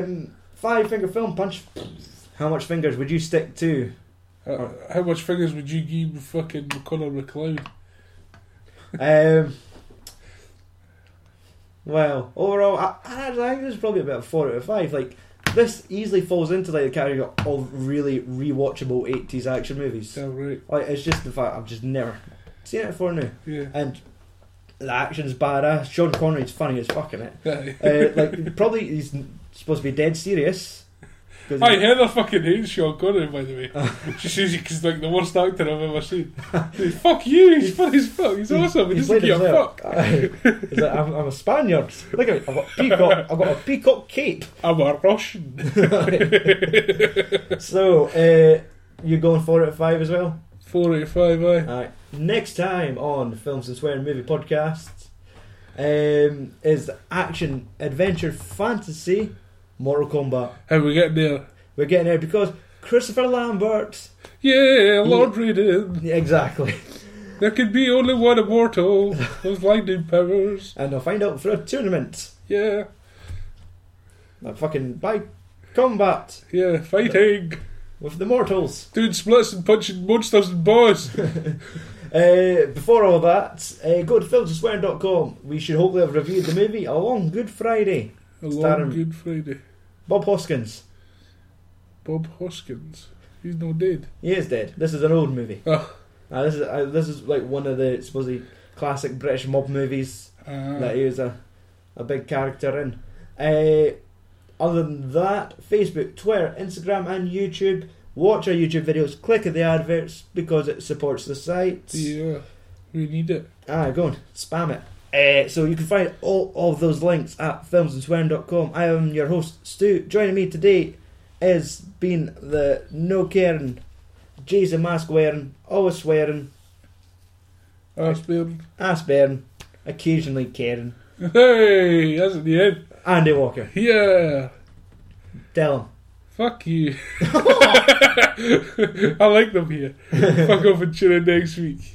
S2: Um, five finger film punch. How much fingers would you stick to? Oh.
S3: Uh, how much fingers would you give fucking Connor McLeod?
S2: Um, well, overall, I, I actually think this is probably about a four out of five. Like this easily falls into like the category of really rewatchable eighties action movies.
S3: Damn right.
S2: Like it's just the fact I've just never seen it before now,
S3: Yeah.
S2: and the action's badass. Sean Connery's funny as fuck in it.
S3: Aye.
S2: Uh, like probably he's n- supposed to be dead serious. 'Cause
S3: Aye,
S2: he-
S3: Heather fucking hates Sean Connery, by the way. she says he's like the worst actor I've ever seen. fuck you, he's funny as fuck, he's awesome, he doesn't
S2: played
S3: give a
S2: himself.
S3: fuck.
S2: Aye. He's like, I'm, I'm a Spaniard. Look at me, I've got a peacock. I've got a peacock cape.
S3: I'm a Russian.
S2: So uh, you're going four out of five as well.
S3: 485, aye.
S2: Alright. Next time on Films and Swearing Movie Podcast um, is action, adventure, fantasy, Mortal Kombat.
S3: How we getting there?
S2: We're getting there because Christopher Lambert.
S3: Yeah, Lord Raiden.
S2: Yeah, exactly.
S3: There could be only one immortal. Those lightning powers.
S2: And I'll find out for a tournament.
S3: Yeah,
S2: That fucking by combat
S3: yeah, fighting.
S2: with the mortals.
S3: Doing splits and punching monsters and boys.
S2: Uh, before all that, uh, go to filmsandswearing.com. We should hopefully have reviewed the movie Along Good Friday.
S3: A long
S2: Starring-
S3: Good Friday.
S2: Bob Hoskins.
S3: Bob Hoskins. He's not dead.
S2: He is dead. This is an old movie.
S3: Oh,
S2: Uh, this is uh, this is like one of the supposedly classic British mob movies
S3: ah.
S2: that he was a, a big character in. Uh, other than that, Facebook, Twitter, Instagram, and YouTube. Watch our YouTube videos. Click the adverts because it supports the site.
S3: Yeah, we need it.
S2: Ah, go on, spam it. Uh, so you can find all of those links at filmsandswearing.com. I am your host, Stu. Joining me today is been the no caring, Jason mask wearing, always swearing,
S3: Ass bearing.
S2: ass bearing, occasionally caring.
S3: Hey, that's at the end.
S2: Andy Walker,
S3: Yeah.
S2: tell him.
S3: Fuck you. I like them here. Fuck off and tune in next week.